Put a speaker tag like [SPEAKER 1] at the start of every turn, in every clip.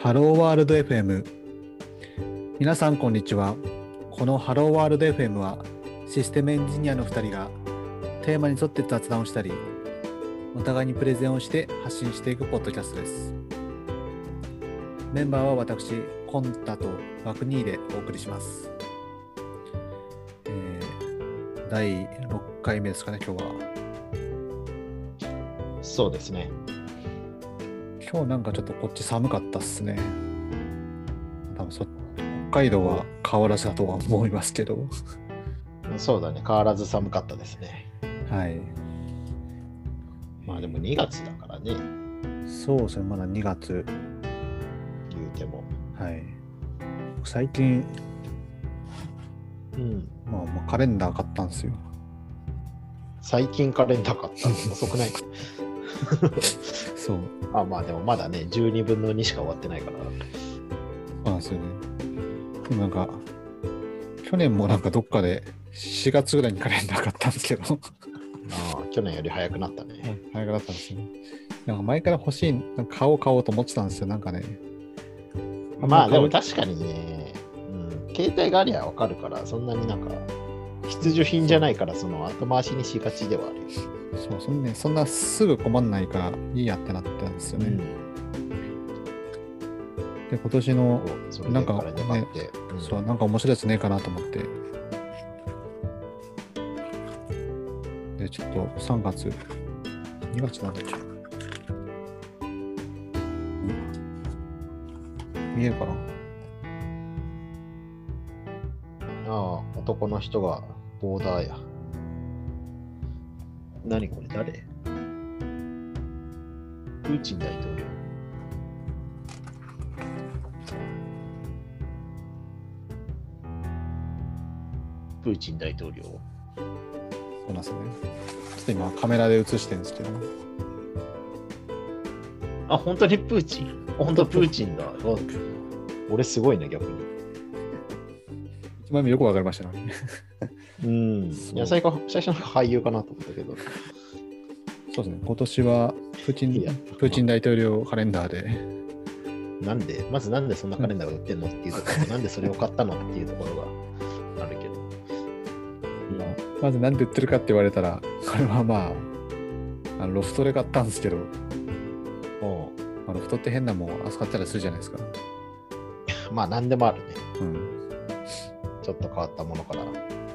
[SPEAKER 1] ハローワールド FM 皆さんこんにちはこのハローワールド FM はシステムエンジニアの2人がテーマに沿って雑談をしたりお互いにプレゼンをして発信していくポッドキャストですメンバーは私コンタとワクニーでお送りします、えー第6回目ですかね今日は
[SPEAKER 2] そうですね。
[SPEAKER 1] 今日なんかちょっとこっち寒かったっすね。多分そ北海道は変わらずだとは思いますけど。
[SPEAKER 2] そうだね。変わらず寒かったですね。
[SPEAKER 1] はい。
[SPEAKER 2] まあでも2月だからね、
[SPEAKER 1] そうですね、まだ2月。
[SPEAKER 2] 言うても。
[SPEAKER 1] はい。最近、
[SPEAKER 2] うん。
[SPEAKER 1] まあ、まあカレンダー買ったんですよ。
[SPEAKER 2] 最近カレンダー買ったの遅くない
[SPEAKER 1] そう。
[SPEAKER 2] あまあでもまだね、12分の2しか終わってないから。
[SPEAKER 1] まあなんですよね。でもなんか、去年もなんかどっかで4月ぐらいにカレンダー買ったんですけど、
[SPEAKER 2] ああ去年より早くなったね。
[SPEAKER 1] 早かったんですよね。なんか前から欲しい、なんか買おう買おうと思ってたんですよ、なんかね。
[SPEAKER 2] まあでも
[SPEAKER 1] 買う
[SPEAKER 2] 確かにね、うん、携帯がありゃわかるから、そんなになんか、必需品じゃないから、その後回しにしがちではあるよ、
[SPEAKER 1] そうそん,、ね、そんなすぐ困んないからいいやってなったんですよね。で今年
[SPEAKER 2] うん
[SPEAKER 1] の、
[SPEAKER 2] そうそれでカレンダー買って。うん
[SPEAKER 1] そうなんか面白いやつねえかなと思って。でちょっと3月2月なんだっけうん見えるかな
[SPEAKER 2] ああ、男の人がボーダーや。何これ誰プーチン大統領。プーチン大統領。
[SPEAKER 1] そうなんですよね。ちょっと今カメラで映してるんですけど、ね、
[SPEAKER 2] あ、本当にプーチン本当プーチンだ。あ 俺すごいね、逆に。
[SPEAKER 1] 一番目よくわかりましたね。
[SPEAKER 2] うん。
[SPEAKER 1] そう
[SPEAKER 2] いや最初最初の俳優かなと思ったけど。
[SPEAKER 1] そうですね。今年はプーチン
[SPEAKER 2] いや
[SPEAKER 1] プーチン大統領カレンダーで。
[SPEAKER 2] なんで、まずなんでそんなカレンダーが売ってんのっていうところと、なんでそれを買ったのっていうところがあるけど。
[SPEAKER 1] まあまず何で売ってるかって言われたら、これはまあ、あのロフトで買ったんですけど、
[SPEAKER 2] も
[SPEAKER 1] まあ、ロフトって変なもん扱ったりするじゃないですか。
[SPEAKER 2] うまあ何でもあるね。
[SPEAKER 1] うん。
[SPEAKER 2] ちょっと変わったものから、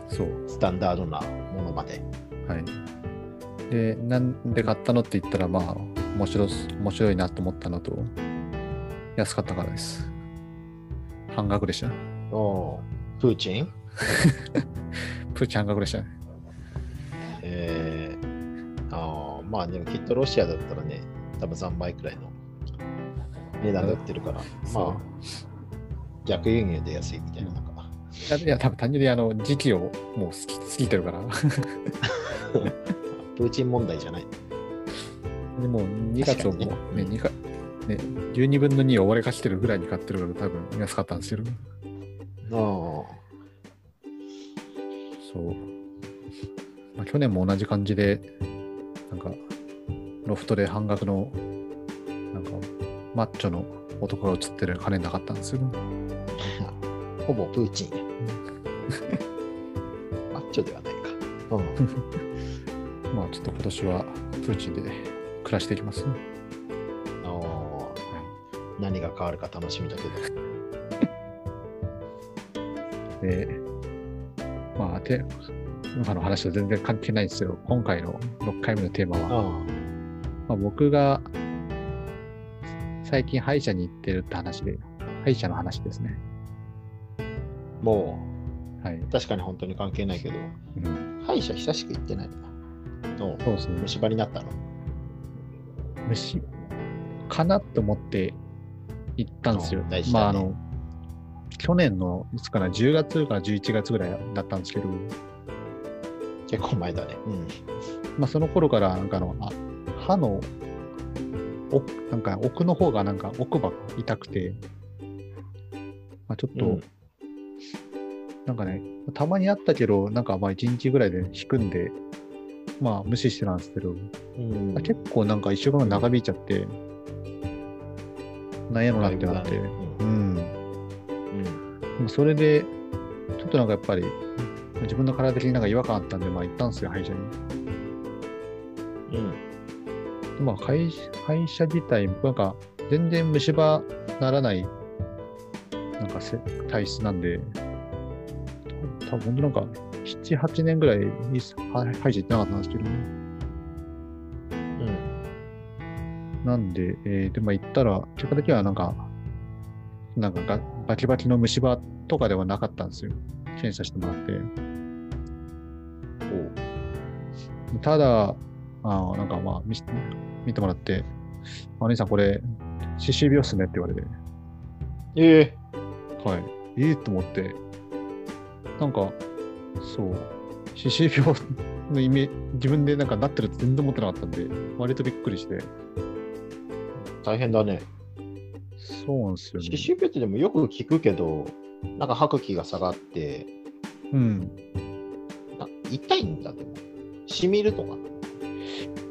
[SPEAKER 1] そう。
[SPEAKER 2] スタンダードなものまで。
[SPEAKER 1] はい。で、なんで買ったのって言ったら、まあ、面白す面白いなと思ったのと、安かったからです。半額でしたね。
[SPEAKER 2] おプーチン、
[SPEAKER 1] プーチン半額でしたね。
[SPEAKER 2] えー、あーまあでもきっとロシアだったらね、多分3倍くらいの値段で売ってるから、
[SPEAKER 1] そう
[SPEAKER 2] まあ逆輸入で安いみたいななんか。
[SPEAKER 1] いや、いや多分単純にあの時期をもう過ぎ過ぎてるから。
[SPEAKER 2] プーチン問題じゃない。
[SPEAKER 1] でもう2月をもう、
[SPEAKER 2] 確か
[SPEAKER 1] ね
[SPEAKER 2] にね
[SPEAKER 1] 2かね、12分の2を終わりかしてるぐらいに買ってるから多分安かったんですけど。
[SPEAKER 2] あー
[SPEAKER 1] そう。まあ、去年も同じ感じで、なんか、ロフトで半額の、なんか、マッチョの男が写ってるカレンダー買ったんですよ。
[SPEAKER 2] ほぼプーチンや。マッチョではないか。うん、
[SPEAKER 1] まあ、ちょっと今年はプーチンで暮らしていきます、ね。
[SPEAKER 2] あー何が変わるか楽しみだけど。
[SPEAKER 1] で、まあ、て、今の話と全然関係ないんですよ。今回の6回目のテーマは、
[SPEAKER 2] あ
[SPEAKER 1] まあ、僕が最近歯医者に行ってるって話で、歯医者の話ですね。
[SPEAKER 2] あもう
[SPEAKER 1] はい。
[SPEAKER 2] 確かに本当に関係ないけど、
[SPEAKER 1] うん、
[SPEAKER 2] 歯医者久しく行ってないな。の
[SPEAKER 1] そうですね。
[SPEAKER 2] 虫歯になったの。
[SPEAKER 1] 虫かなと思って行ったんですよ
[SPEAKER 2] うん。大事
[SPEAKER 1] まああ
[SPEAKER 2] だね
[SPEAKER 1] の去年のいつかな10月から11月ぐらいだったんですけど、ま
[SPEAKER 2] 結構前だね。うん。
[SPEAKER 1] あ、その頃からなんかあのあ歯の奥なんか奥の方がなんか奥歯が痛くて、まあ、ちょっと、
[SPEAKER 2] うん
[SPEAKER 1] なんかねたまにあったけどなんかまあ1日ぐらいで引くんでまあ無視してたんですけど、
[SPEAKER 2] うん
[SPEAKER 1] 結構なんか一週間ぐらい長引いちゃって、なんやろなって思って。うん。でもそれで、ちょっとなんかやっぱり、自分の体的になんか違和感あったんで、まあ行ったんですよ、歯医者に。
[SPEAKER 2] うん。うん。
[SPEAKER 1] でまあ歯医歯医者自体、僕なんか全然虫歯ならない、なんかせ体質なんで、多分本当なんか、7、8年ぐらいに歯歯医者行ってなかったんですけどね。
[SPEAKER 2] うん。
[SPEAKER 1] なんで、えーで、まあ、行ったら、結果的にはなんか、なんかがバキバキの虫歯とかではなかったんですよ。検査してもらって。ただ、あーなんかまあ見し、見てもらって、お兄さんこれ、歯周病っすねって言われて、
[SPEAKER 2] ええ
[SPEAKER 1] はい。ええと思って、なんか、そう、歯周病のイメージ、自分でなんかなってると全然思ってなかったんで、割とびっくりして。
[SPEAKER 2] 大変だね。
[SPEAKER 1] そうなんですよ
[SPEAKER 2] 歯
[SPEAKER 1] ね。
[SPEAKER 2] 周病ってでもよく聞くけど、なんか吐く気が下がって、
[SPEAKER 1] うん。
[SPEAKER 2] な痛いんだでも。しみるとか。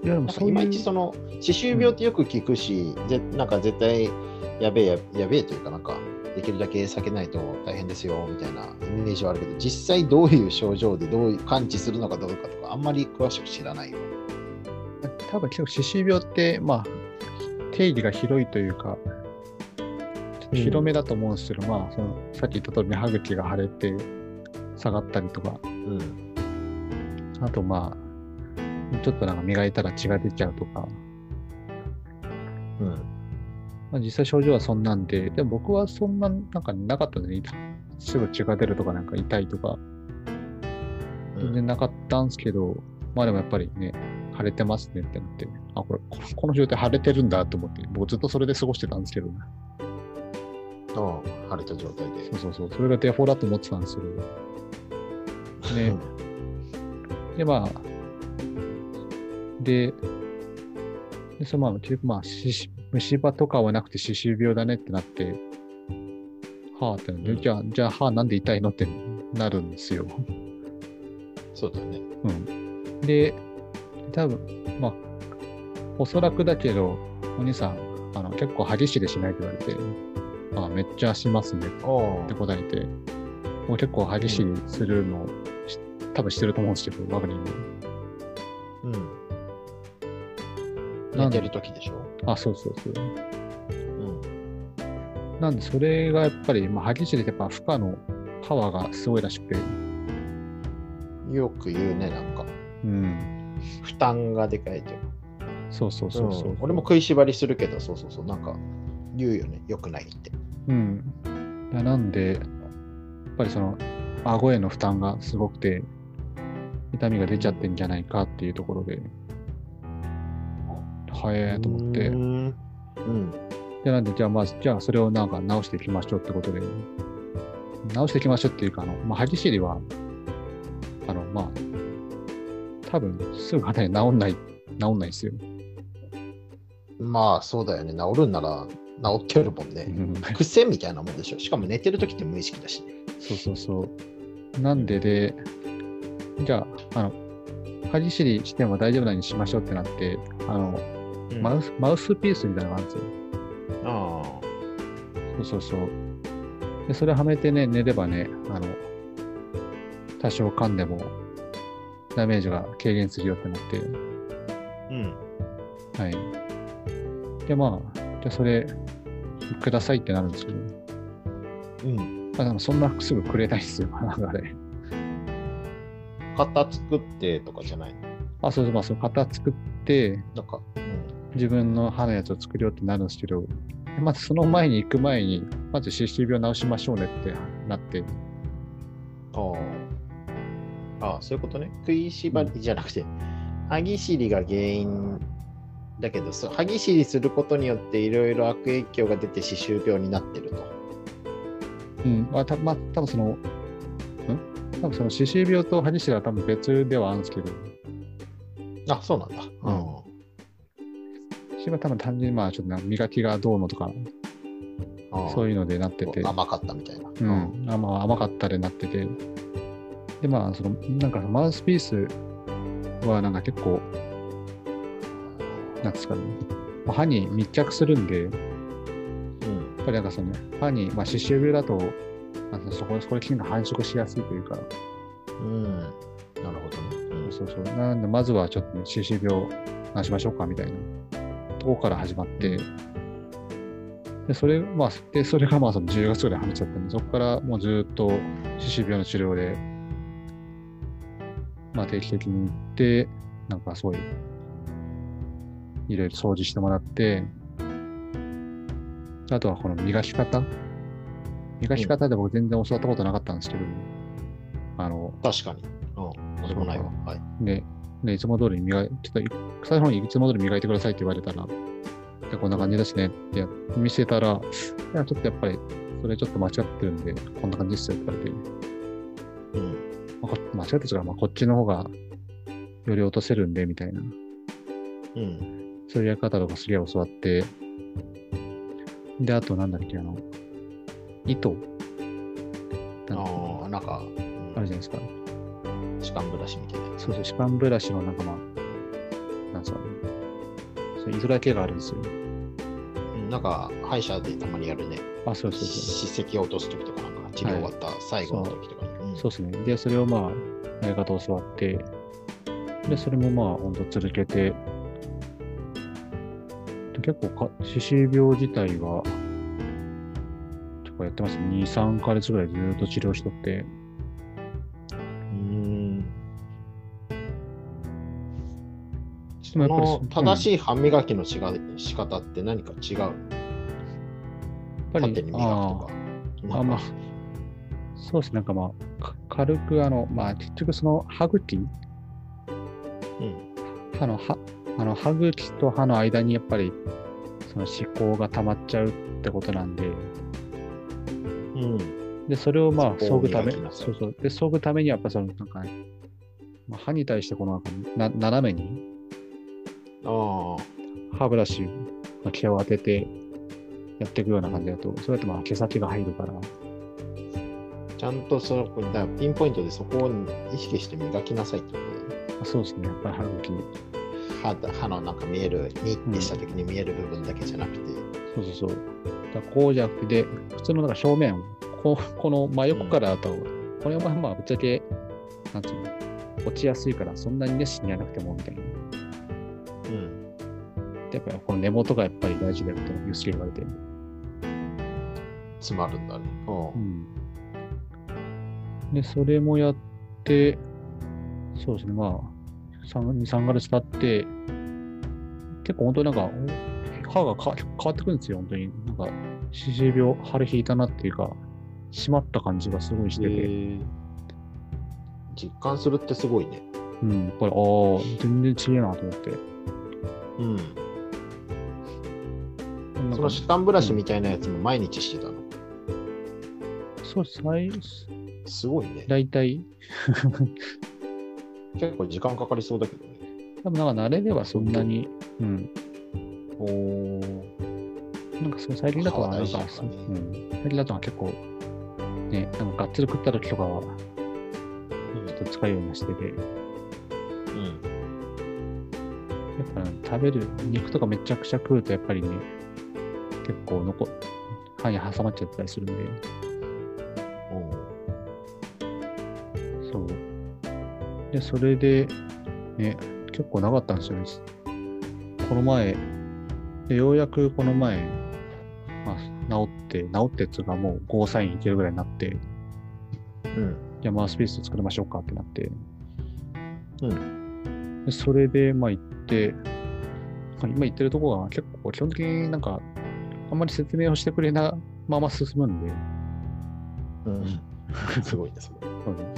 [SPEAKER 1] いや、で
[SPEAKER 2] な
[SPEAKER 1] も
[SPEAKER 2] んかいまいちその歯周病ってよく聞くし、ぜなんか絶対やべえややべえというかなんかできるだけ避けないと大変ですよみたいなイメージはあるけど実際どういう症状でどういう感知するのかどうかとかあんまり詳しく知らないよ。
[SPEAKER 1] 多分結構歯周病って、まあ、定義が広いというか、ちょっと広めだと思うんですけど、まあその、さっき言った通りに歯茎が腫れて下がったりとか、
[SPEAKER 2] うん
[SPEAKER 1] あとまあ、ちょっとなんか磨いたら血が出ちゃうとか、
[SPEAKER 2] うん
[SPEAKER 1] まあ、実際症状はそんなんで、でも僕はそんな、なんかなかったんでね、痛すぐ血が出るとか、なんか痛いとか、全然なかったんですけど、まあでもやっぱりね、腫れてますねってなって、あ、これ、ここの状態腫れてるんだと思って、僕ずっとそれで過ごしてたんですけど、
[SPEAKER 2] うん腫れた状態で。
[SPEAKER 1] そうそうそう、それがデフォだと思ってたんですけど。 ね、で、まあ、で、でそのまあ、結局まあ、しし虫歯とかはなくて歯周病だねってなって、はあってなって、
[SPEAKER 2] うん
[SPEAKER 1] じゃあ、じゃあ歯なんで痛いのってなるんですよ。
[SPEAKER 2] そうだね。
[SPEAKER 1] うん。で、多分まあ、おそらくだけど、お兄さん、あの結構歯ぎしりしないって言われて、あめっちゃしますね
[SPEAKER 2] お
[SPEAKER 1] って答えて、もう結構歯ぎしりするの、し多分してると思うんですけど、我が家にも。
[SPEAKER 2] うん。
[SPEAKER 1] な
[SPEAKER 2] 寝
[SPEAKER 1] ん
[SPEAKER 2] て
[SPEAKER 1] で
[SPEAKER 2] る時でしょ。
[SPEAKER 1] あ、そうそうそう。
[SPEAKER 2] うん。
[SPEAKER 1] なんで、それがやっぱり、まあ、歯ぎしりってやっぱ負荷のパワーがすごいらしくて、
[SPEAKER 2] よく言うねなんか
[SPEAKER 1] うん。
[SPEAKER 2] 負担がでかいというか。
[SPEAKER 1] そうそうそうそう。
[SPEAKER 2] ん俺も食いしばりするけどそうそうそうなんか言うよねよくないって。
[SPEAKER 1] うん。だなんで、やっぱりその、顎への負担がすごくて、痛みが出ちゃってんじゃないかっていうところで、早いと思って
[SPEAKER 2] うー。ん。うん
[SPEAKER 1] で、なんで、じゃあ、まあ、じゃあ、それをなんか直していきましょうってことで、直していきましょうっていうか、あの、まあ、歯ぎしりは、あの、まあ、多分、すぐ肌に治んない、治んないですよ。
[SPEAKER 2] まあそうだよね治るんなら治ってるもんね。 癖みたいなもんでしょ。しかも寝てる時って無意識だしね。
[SPEAKER 1] そうそうそう。なんでで、じゃあ、あの、歯ぎしりしても大丈夫なようにしましょうってなって、あの、マウス、マウスピースみたいなのがあるんですよ。
[SPEAKER 2] ああ。
[SPEAKER 1] そうそうそう。で、それはめてね、寝ればね、あの、多少噛んでも、ダメージが軽減するよってなっ
[SPEAKER 2] うん。
[SPEAKER 1] て、はい。で、まあ、じゃあそれ、くださいってなるんですけど、
[SPEAKER 2] うん。
[SPEAKER 1] まあ、でもそんなすぐくれないですよ、なんかあれ。
[SPEAKER 2] 型作ってとかじゃないの
[SPEAKER 1] あ、そうそう、まあ、その型作って、
[SPEAKER 2] なんか。うん
[SPEAKER 1] 自分の歯のやつを作るようってなるんですけど、まずその前に行く前に、まず歯周病治しましょうねってなって、
[SPEAKER 2] ああ。ああ、そういうことね。食いしばりじゃなくて、歯ぎしりが原因だけど、そう歯ぎしりすることによっていろいろ悪影響が出て歯周病になってると。
[SPEAKER 1] うん、まあ、たまあ、多分その、ん多分その歯周病と歯ぎしりは多分別ではあるんですけど、
[SPEAKER 2] あ、そうなんだ。
[SPEAKER 1] うん歯周は多分単純にまあちょっとな磨きがどうのとか、そういううのでなってて、
[SPEAKER 2] 甘かったみたいな。
[SPEAKER 1] う。ん、あまあ甘かったでなってて、でまあその、なんかマウスピースはなんか結構、なんですかね、まあ歯に密着するんで、
[SPEAKER 2] うん
[SPEAKER 1] ぱりなんかその、歯に、まあ、歯周病だと、あのそこそこで菌が繁殖しやすいというか、
[SPEAKER 2] うん。なるほどね。うん
[SPEAKER 1] そうそう。なんで、まずはちょっとね歯周病治しましょうかみたいなとこから始まって、で、それ、まあ、で、それがまあその10月ぐらいにはめちゃったんで、そこからもうずっと歯周病の治療で、まあ定期的に行って、なんかそういう、いろいろ掃除してもらって、あとはこの磨き方磨き方で僕全然教わったことなかったんですけど、あの、
[SPEAKER 2] 確かに。うん。俺もないわ。はい。
[SPEAKER 1] で、でいつも通り磨い、ちょっとい、最後にいつも通り磨いてくださいって言われたら、でこんな感じですねってや見せたら、いや、ちょっとやっぱり、それちょっと間違ってるんで、こんな感じですよって言われて、
[SPEAKER 2] うん。
[SPEAKER 1] まあこ間違ってるというか、まあ、こっちの方が、より落とせるんで、みたいな、
[SPEAKER 2] うん。
[SPEAKER 1] そういうやり方とかすげえ教わって、で、あとなんだっけ、あの、糸。なんか
[SPEAKER 2] ああ、なんか、
[SPEAKER 1] あ
[SPEAKER 2] う
[SPEAKER 1] る
[SPEAKER 2] ん
[SPEAKER 1] じゃないですか。
[SPEAKER 2] 歯間ブラシみたいなやつ。
[SPEAKER 1] そうそう、歯間ブラシの仲間、なんですかね。そう糸だけがあるんですよ。
[SPEAKER 2] うんなんか、歯医者でたまにやるね。
[SPEAKER 1] あ、そうそうそう。
[SPEAKER 2] 歯石を落とすときとか、なんか、治療終わった最後のときとかに。うん
[SPEAKER 1] そうですね。で、それをまあ、やり方を教わって、で、それもまあ、ほんと続けて、で結構か、歯周病自体は、とかやってますね。2、3ヶ月ぐらいずっと治療しとって、
[SPEAKER 2] うん
[SPEAKER 1] で
[SPEAKER 2] そ
[SPEAKER 1] もやっぱり
[SPEAKER 2] の
[SPEAKER 1] うん
[SPEAKER 2] 正しい歯磨きの違い仕方って何か違うの
[SPEAKER 1] やっぱ
[SPEAKER 2] 縦
[SPEAKER 1] り、
[SPEAKER 2] に磨くと
[SPEAKER 1] あー
[SPEAKER 2] か。
[SPEAKER 1] あまあ
[SPEAKER 2] なんか、
[SPEAKER 1] そうですね。なんかまあ、か軽く、あの、まあ、結局その歯茎、
[SPEAKER 2] うん
[SPEAKER 1] 歯の歯、あの歯茎と歯の間にやっぱり、その歯垢が溜まっちゃうってことなんで、
[SPEAKER 2] うん
[SPEAKER 1] で、それをまあ、削
[SPEAKER 2] そこを
[SPEAKER 1] ぐため、
[SPEAKER 2] 磨きなさい
[SPEAKER 1] そうそう。で、削ぐためにはやっぱその、なんか、ね、まあ、歯に対してこのなんかな、斜めに
[SPEAKER 2] ああ
[SPEAKER 1] 歯ブラシの毛を当ててやっていくような感じだと、そうやってまあ、毛先が入るから、
[SPEAKER 2] ちゃんとそこだからピンポイントでそこを意識して磨きなさいってことだよね
[SPEAKER 1] あそうですね。やっぱり歯茎、
[SPEAKER 2] 歯だ歯のなんか見える、ニってした時に見える部分だけじゃなくて。
[SPEAKER 1] そうそうそう。だからこうじゃなくて、で、普通のなんか正面、こうこの真横からだと、これはまあまあ、ぶっちゃけ、なんつうの、落ちやすいから、そんなに熱心にやらなくても、みたいな。
[SPEAKER 2] うん
[SPEAKER 1] で、やっぱりこの根元がやっぱり大事だよって、ユースケに言われて。
[SPEAKER 2] 詰まるんだね。
[SPEAKER 1] う
[SPEAKER 2] う
[SPEAKER 1] んんで、それもやって、そうですね、まあ、3 2、3ヶ月経って、結構本当になんか、歯がか変わってくるんですよ、本当に。なんか、歯周病、腫れ引いたなっていうか、締まった感じがすごいしてて、
[SPEAKER 2] 実感するってすごいね。
[SPEAKER 1] うん、やっぱり、ああ、全然違えなと思って。
[SPEAKER 2] うん。
[SPEAKER 1] なん
[SPEAKER 2] そ
[SPEAKER 1] か
[SPEAKER 2] の歯間ブラシみたいなやつも毎日してたの。
[SPEAKER 1] そう、最、
[SPEAKER 2] すごいね。
[SPEAKER 1] 大体、
[SPEAKER 2] 結構時間かかりそうだけどね。
[SPEAKER 1] 多分なんか慣れればそんなに、うん、
[SPEAKER 2] おお。
[SPEAKER 1] なんかそう最近だとはなんか、
[SPEAKER 2] 歯は大事
[SPEAKER 1] そう
[SPEAKER 2] だね
[SPEAKER 1] うん、最近だとは結構、ね、なんかがっつり食った時とかは、ちょっと使うようにはしてて、やっ
[SPEAKER 2] うん。
[SPEAKER 1] ぱ食べる、肉とかめちゃくちゃ食うと、やっぱりね、結構残、歯に挟まっちゃったりするんで、
[SPEAKER 2] お
[SPEAKER 1] そう。で、それで、ね、結構なかったんですよね。この前、でようやくこの前、まあ、治って、治ってっていうかもうゴーサインいけるぐらいになって、
[SPEAKER 2] うん。
[SPEAKER 1] じゃあマウスピース作りましょうかってなって。
[SPEAKER 2] う
[SPEAKER 1] でそれで、まあ行って、まあ今行ってるとこが結構基本的になんか、あんまり説明をしてくれなまま進むんで、
[SPEAKER 2] うん。 すごいね、それ。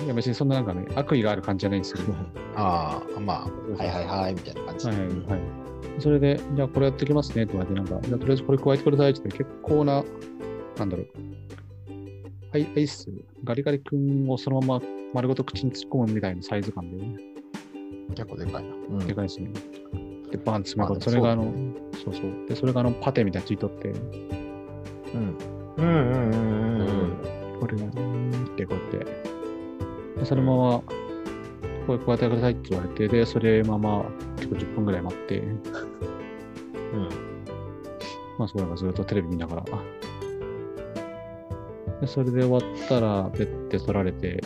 [SPEAKER 1] いや別にそんななんかね、悪意がある感じじゃないんです けど、は
[SPEAKER 2] ああ、まあ、はいはいはい、みたいな感じ。
[SPEAKER 1] いはいはい。それで、じゃあこれやってきますねって言われて、なんか、じゃあとりあえずこれ加えてくださいって言って、結構な、なんだろう、はい、アイス、ガリガリ君をそのまま丸ごと口に突っ込むみたいなサイズ感で、
[SPEAKER 2] 結構でかいな。うん
[SPEAKER 1] でかいですね。で、バンって詰まる
[SPEAKER 2] あ
[SPEAKER 1] それがあの
[SPEAKER 2] そうだ、
[SPEAKER 1] そうそう。で、それがあの、パテみたいについとって、
[SPEAKER 2] うん。うんうんうんうん
[SPEAKER 1] これが、うーんってこうやって。で、そのまま、これこうやってくださいって言われて、で、それまま、結構10分ぐらい待って、
[SPEAKER 2] うん。
[SPEAKER 1] まあ、そこなんかずっとテレビ見ながら、あでそれで終わったら、ペッて取られて、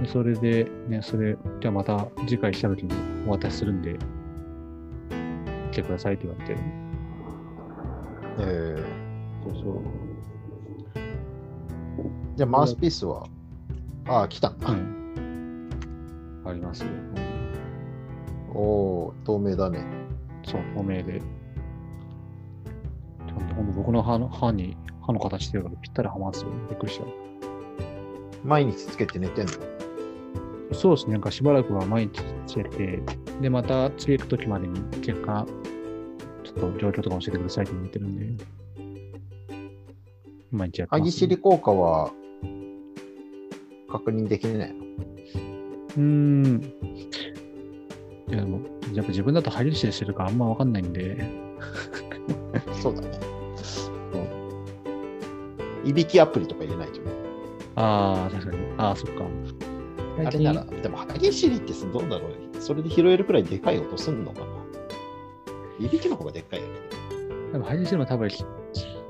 [SPEAKER 1] でそれで、ね、それ、じゃあまた次回来た時にお渡しするんで、来てくださいって言われて、
[SPEAKER 2] えー、そうそう。じゃあ、マウスピースは、ああ、来たんだ。
[SPEAKER 1] はい。ありますよ。
[SPEAKER 2] おおー、透明だね。
[SPEAKER 1] そう、透明で。ちゃんとほんと僕の歯の歯に、歯の形してるからぴったりはまるんですよ。びっくりした。
[SPEAKER 2] 毎日つけて寝てんの。
[SPEAKER 1] そうですね、なんかしばらくは毎日つけて、で、また次行く時までに結果、ちょっと状況とか教えてくださいって言ってるんで、毎日やって
[SPEAKER 2] 歯
[SPEAKER 1] ます、
[SPEAKER 2] ぎしり効果は確認できないの。
[SPEAKER 1] うーん。いや、でも、やっぱ自分だと歯ぎしりしてるからあんまわかんないんで、
[SPEAKER 2] そうだね。いびきアプリとか入れないとね。
[SPEAKER 1] ああ、確かに。ああ、そっか。
[SPEAKER 2] あれなら、でも、歯ぎしりってどうだろうそれで拾えるくらいでかい音すんのかないびきの方がでかいよね。
[SPEAKER 1] でも歯ぎしりも多分ひ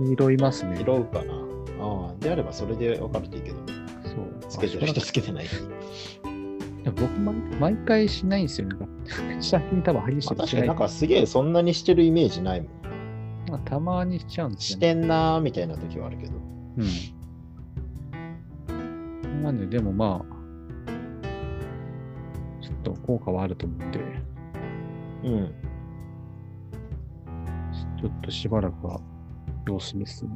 [SPEAKER 1] 拾いますね。
[SPEAKER 2] 拾うかな。ああ、であればそれで分かるといいけど、
[SPEAKER 1] そう。
[SPEAKER 2] つけてる人つけてない人。
[SPEAKER 1] でも僕毎、毎回しないんですよ。なんか、最近多分歯ぎし
[SPEAKER 2] まあ
[SPEAKER 1] り
[SPEAKER 2] 確
[SPEAKER 1] し
[SPEAKER 2] か
[SPEAKER 1] な
[SPEAKER 2] に
[SPEAKER 1] い。
[SPEAKER 2] なんかすげえそんなにしてるイメージないもん。
[SPEAKER 1] まあたまにしちゃうんです
[SPEAKER 2] し
[SPEAKER 1] よ、ね。
[SPEAKER 2] てんなーみたいな時はあるけど。
[SPEAKER 1] うん。なんで、でもまあ、ちょっと効果はあると思って、
[SPEAKER 2] うん。
[SPEAKER 1] ちょっとしばらくは様子見ですね。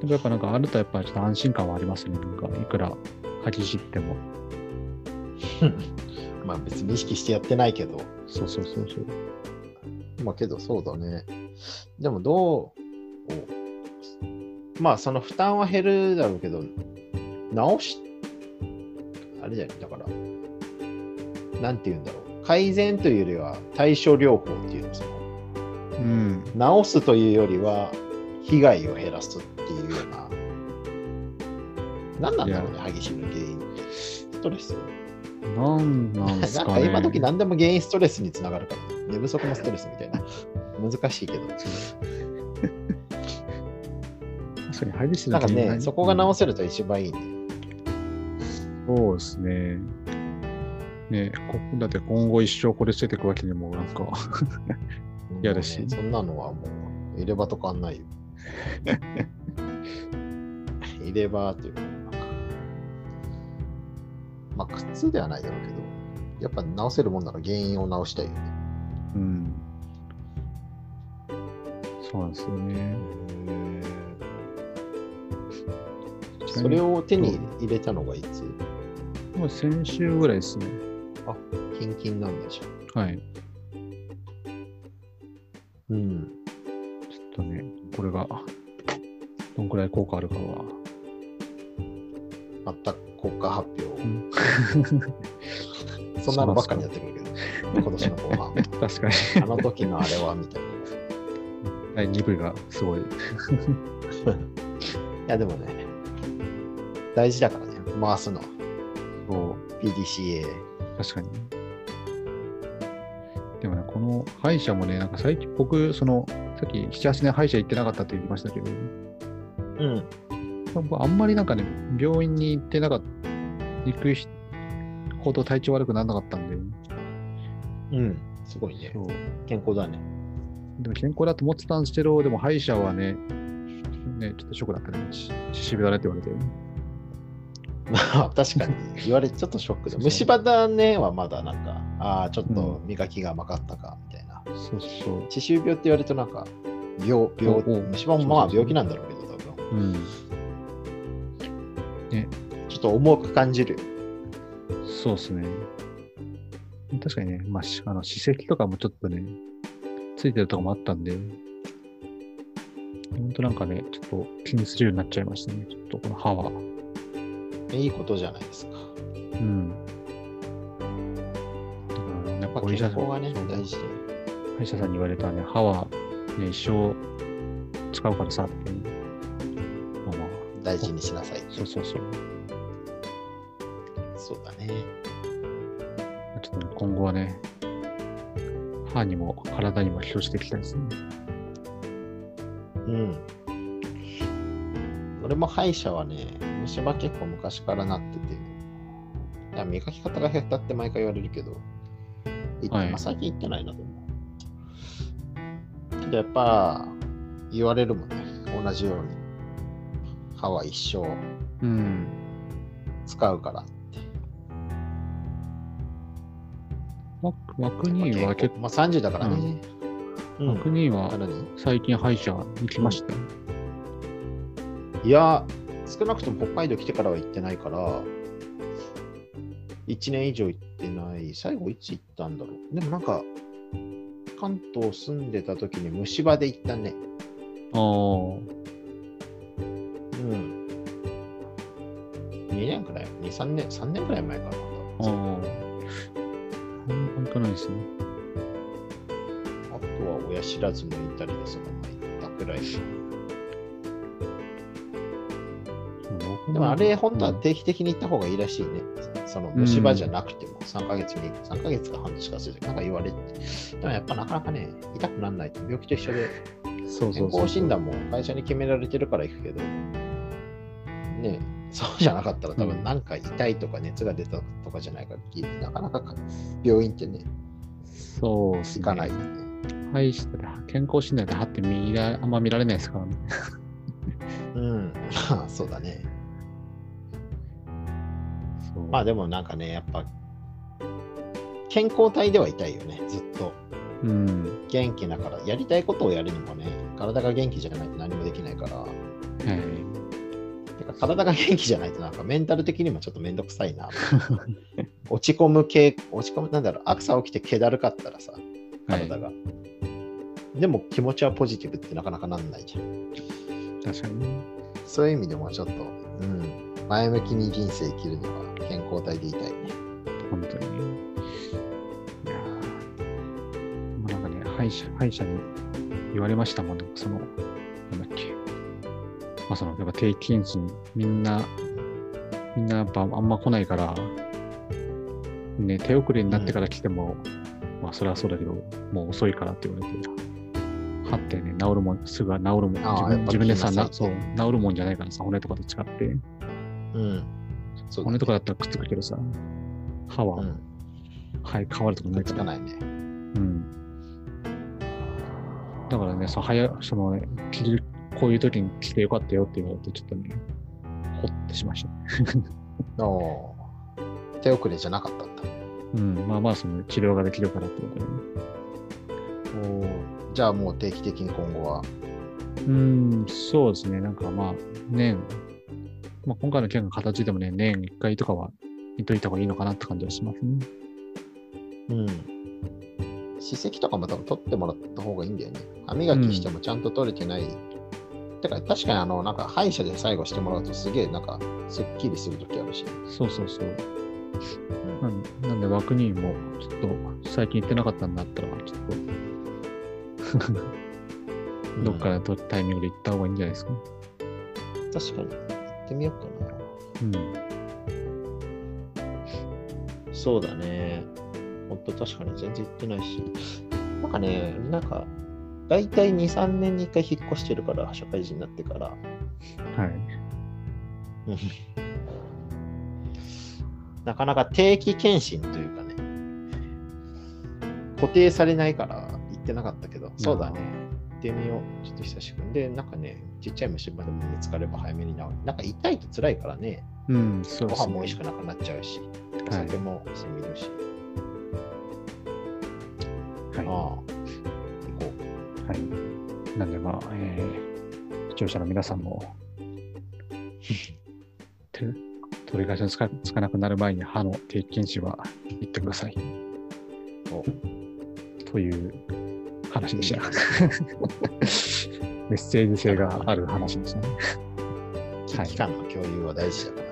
[SPEAKER 1] でもやっぱなんかあるとやっぱちょっと安心感はありますね。なんかいくら歯ぎしっても。
[SPEAKER 2] まあ別に意識してやってないけど。
[SPEAKER 1] そうそうそうそう。
[SPEAKER 2] まあけどそうだね。でもどうこうまあその負担は減るだろうけど、直し、あれじゃない、だから、なんて言うんだろう。改善というよりは対症療法っていうのその
[SPEAKER 3] うん。
[SPEAKER 2] 直すというよりは被害を減らすっていうような。何なんだろうね、激しいの原因って。ストレス。
[SPEAKER 1] なんなんです
[SPEAKER 2] なん
[SPEAKER 1] か
[SPEAKER 2] か
[SPEAKER 1] ね。
[SPEAKER 2] 今時何でも原因ストレスにつながるから、ね、寝不足もストレスみたいな。難しいけど。
[SPEAKER 1] 確かに歯ぎしり
[SPEAKER 2] な
[SPEAKER 1] だ
[SPEAKER 2] ん
[SPEAKER 1] と
[SPEAKER 2] か
[SPEAKER 1] う
[SPEAKER 2] ね、そこが直せると一番いいね。
[SPEAKER 1] そうですね。ねこだって今後一生これ捨てていくわけにもなんか いやだし
[SPEAKER 2] もうねそんなのはもう入れ歯と変わんない よ。入れ歯というか、まあ靴ではないだろうけど、やっぱ直せるもんなら原因を直したいよね。
[SPEAKER 1] うんそうなんですよねちなみに
[SPEAKER 2] それを手に入れたのがいつ
[SPEAKER 1] もう先週ぐらいですね
[SPEAKER 2] キンキンなんでしょ
[SPEAKER 1] はい
[SPEAKER 2] うん。うん
[SPEAKER 1] ちょっとねこれがどんくらい効果あるかは
[SPEAKER 2] また国家発表を
[SPEAKER 1] ん
[SPEAKER 2] そんなのばっかりやってくるけど、今年の後半。
[SPEAKER 1] 確かに
[SPEAKER 2] あの時のあれはみ たいな。い
[SPEAKER 1] 第2部がすごい
[SPEAKER 2] や、でもね、大事だからね、回すの。
[SPEAKER 1] そう
[SPEAKER 2] PDCA。
[SPEAKER 1] 確かに。でもね、この歯医者もね、なんか最近僕、その、さっき7、8年歯医者行ってなかったって言いましたけど、
[SPEAKER 2] うん。
[SPEAKER 1] 僕あんまりなんかね、病院に行ってなかった、行くひほど体調悪くならなかったんで、
[SPEAKER 2] うん。すごいね。
[SPEAKER 1] そう
[SPEAKER 2] 健康だね。
[SPEAKER 1] でも健康だと思ってたんですけど、でも歯医者はね、ね、ちょっとショックだったね。ししびだねって言われて。
[SPEAKER 2] まあ、確かに言われてちょっとショックで。虫歯だねはまだなんか、ああ、ちょっと磨きが甘かったかみたいな。
[SPEAKER 1] そうそう。
[SPEAKER 2] 歯周病って言われるとなんか、病、病、
[SPEAKER 1] おお
[SPEAKER 2] 虫歯もまあ病気なんだろうけど、多分。
[SPEAKER 1] うん。
[SPEAKER 2] ちょっと重く感じるよね
[SPEAKER 1] そうですね。確かにね、まあ、しあの、歯石とかもちょっとね、ついてるとこもあったんで、ほんとなんかね、ちょっと気にするようになっちゃいましたね、ちょっとこの歯は。
[SPEAKER 2] いいことじゃないですか。
[SPEAKER 1] うん。うん、やっ
[SPEAKER 2] ま
[SPEAKER 1] ぱ
[SPEAKER 2] あ、
[SPEAKER 1] お
[SPEAKER 2] 健
[SPEAKER 1] 医者
[SPEAKER 2] 康
[SPEAKER 1] さん、
[SPEAKER 2] がね
[SPEAKER 1] そう、
[SPEAKER 2] 大事で。
[SPEAKER 1] 歯医者さんに言われたね、歯は、ね、一生使うからさっていう。まあまあ、
[SPEAKER 2] 大事にしなさい。
[SPEAKER 1] そうそうそう。
[SPEAKER 2] そうだね。
[SPEAKER 1] ちょっとね、今後はね、歯にも体にも気をしていきたいですね。
[SPEAKER 2] うん。俺も歯医者はね、虫歯結構昔からなってて、いや磨き方が下手って毎回言われるけど、行って
[SPEAKER 1] はい
[SPEAKER 2] まあ最近行ってないな、でも。けどやっぱ、言われるもんね、同じように。歯は一生
[SPEAKER 4] うん。
[SPEAKER 2] 使うから。
[SPEAKER 1] ママクニーは結構、
[SPEAKER 2] まあ30だからね。う
[SPEAKER 1] マクニー
[SPEAKER 2] だか
[SPEAKER 1] は
[SPEAKER 2] らね
[SPEAKER 1] 最近歯医者行きました。
[SPEAKER 2] いや、少なくとも北海道来てからは行ってないから、1年以上行ってない、最後いつ行ったんだろう。でもなんか、関東住んでた時に虫歯で行ったね。
[SPEAKER 1] ああ、
[SPEAKER 2] うん。2年くらい ?2、3年 ?3 年くらい前かな。
[SPEAKER 1] ああ。そんな感じないですね。
[SPEAKER 2] あとは親知らずも行ったりでそのまま行ったくらい。でもあれ、本当は定期的に行った方がいいらしいね。その虫歯じゃなくても、3ヶ月に、3ヶ月か半年かするなんか言われて。でもやっぱなかなかね、痛くならないと病気と一緒で、
[SPEAKER 1] そうそ
[SPEAKER 2] 健
[SPEAKER 1] うそう
[SPEAKER 2] 康診断も会社に決められてるから行くけど、ねえそうじゃなかったら多
[SPEAKER 1] うん
[SPEAKER 2] 分なんか痛いとか熱が出たとかじゃないから、なかなかか病院ってね、
[SPEAKER 1] そうっす
[SPEAKER 2] 行
[SPEAKER 1] ね
[SPEAKER 2] かないよね。
[SPEAKER 1] 歯医者で健康診断で歯って見らあんま見られないですからね。
[SPEAKER 2] うん、 まあそうだね。
[SPEAKER 1] そう
[SPEAKER 2] まあでもなんかね、やっぱ、健康体では痛いよね、ずっと。
[SPEAKER 1] うん。
[SPEAKER 2] 元気だから、やりたいことをやるにもね、体が元気じゃないと何もできないから、
[SPEAKER 1] はい。
[SPEAKER 2] てか体が元気じゃないとなんかメンタル的にもちょっとめんどくさい な。落ち込む系、落ち込む、なんだろう、朝起きて気だるかったらさ、体が。でも気持ちはポジティブってなかなかなんないじゃん。
[SPEAKER 1] 確かに。
[SPEAKER 2] そういう意味でもちょっと、うん、前向きに人生生きるには健康体でいたいね。
[SPEAKER 1] 本当にね。いやーもうなんかね、歯医者、歯医者に言われましたもん、ね、その、なんだっけ。まあその、やっぱ低金賃、みんな、みんなやっぱあんま来ないから、ね、手遅れになってから来ても、まあそれはそうだけど、もう遅いからって言われて、歯ってね、治るもん、すぐは治るもん、
[SPEAKER 2] あー
[SPEAKER 1] 自
[SPEAKER 2] やっ
[SPEAKER 1] 分
[SPEAKER 2] ぱ
[SPEAKER 1] 自分でさ
[SPEAKER 2] 聞き
[SPEAKER 1] な、
[SPEAKER 2] なさ
[SPEAKER 1] そ、
[SPEAKER 2] いう
[SPEAKER 1] 治るもんじゃないからさ、骨とかと違って、
[SPEAKER 2] うん。そうだ
[SPEAKER 1] 骨とかだったらくっつくけどさ、歯は、
[SPEAKER 2] うん。
[SPEAKER 1] はい、変わるとかな
[SPEAKER 2] くっ
[SPEAKER 1] いか
[SPEAKER 2] つ
[SPEAKER 1] ら
[SPEAKER 2] か。ないね。
[SPEAKER 1] うん。だからね、そう早その着るこういう時に着てよかったよって言われて、ちょっとね、ほってしました。
[SPEAKER 2] おー手遅れじゃなかったんだ。
[SPEAKER 1] うん、まあまあ、その治療ができるからってことで、ね。
[SPEAKER 2] じゃあもう定期的に今後は。
[SPEAKER 1] うん、そうですね、なんかまあ、年、まあ、今回の件が形でもね、年1回とかは見といた方がいいのかなって感じはしますね。
[SPEAKER 2] うん。歯石とかも多分取ってもらった方がいいんだよね。歯磨きしてもちゃんと取れてない。てか、確かにあの、なんか歯医者で最後してもらうとすげえ、なんか、すっきりするときあるし。
[SPEAKER 1] そうそうそう。なんなんで、枠人も、ちょっと、最近行ってなかったんだったら、ちょっと、どっか
[SPEAKER 2] うん
[SPEAKER 1] らとタイミングで行った方がいいんじゃないですか。
[SPEAKER 2] 確かに。行ってみようか
[SPEAKER 1] うん
[SPEAKER 2] な。そうだね。ほんと確かに全然行ってないし。なんかね、なんか、だいたい2、3年に1回引っ越してるから、社会人になってから。
[SPEAKER 1] はい。
[SPEAKER 2] なかなか定期検診というかね、固定されないから行ってなかったけど、そうだね。行ってみよう。ちょっと久しぶりに。で、なんかね、ちっちゃい虫歯でも見つかれば早めに治る。なんか痛いと辛いからね、
[SPEAKER 1] うん、そう
[SPEAKER 2] ご
[SPEAKER 1] です
[SPEAKER 2] 飯
[SPEAKER 1] ね。
[SPEAKER 2] も美味しくなくなっちゃうし、お
[SPEAKER 1] はい
[SPEAKER 2] 酒も染みるし。
[SPEAKER 1] はい。
[SPEAKER 2] ああ、
[SPEAKER 1] は
[SPEAKER 2] 行こ
[SPEAKER 1] い。なんで、まあ、えー視聴者の皆さん も、て取り返しのつかつかなくなる前に歯の定期検診は行ってください。
[SPEAKER 2] お
[SPEAKER 1] という話でした。 メッセージ性がある話でしたね。
[SPEAKER 2] う。
[SPEAKER 1] は
[SPEAKER 2] 危
[SPEAKER 1] い
[SPEAKER 2] 機感の共有は大事だからね。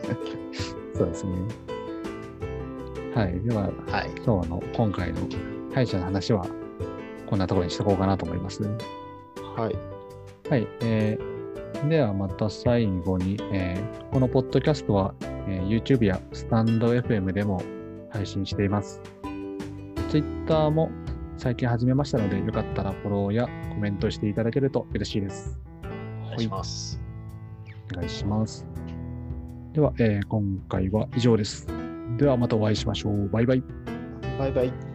[SPEAKER 1] そうですね。はい。では、
[SPEAKER 2] はい。
[SPEAKER 1] 今日の今回の歯医者の話は、こんなところにしとこうかなと思います。
[SPEAKER 2] はい。
[SPEAKER 1] はい、えーではまた最後に、えーこのポッドキャストは、えー YouTube やスタンド FM でも配信しています。Twitter も最近始めましたので、よかったらフォローやコメントしていただけると嬉しいです。
[SPEAKER 2] お願いします。
[SPEAKER 1] 願いします。では、えー今回は以上です。ではまたお会いしましょう。バイバイ。
[SPEAKER 2] バイバイ。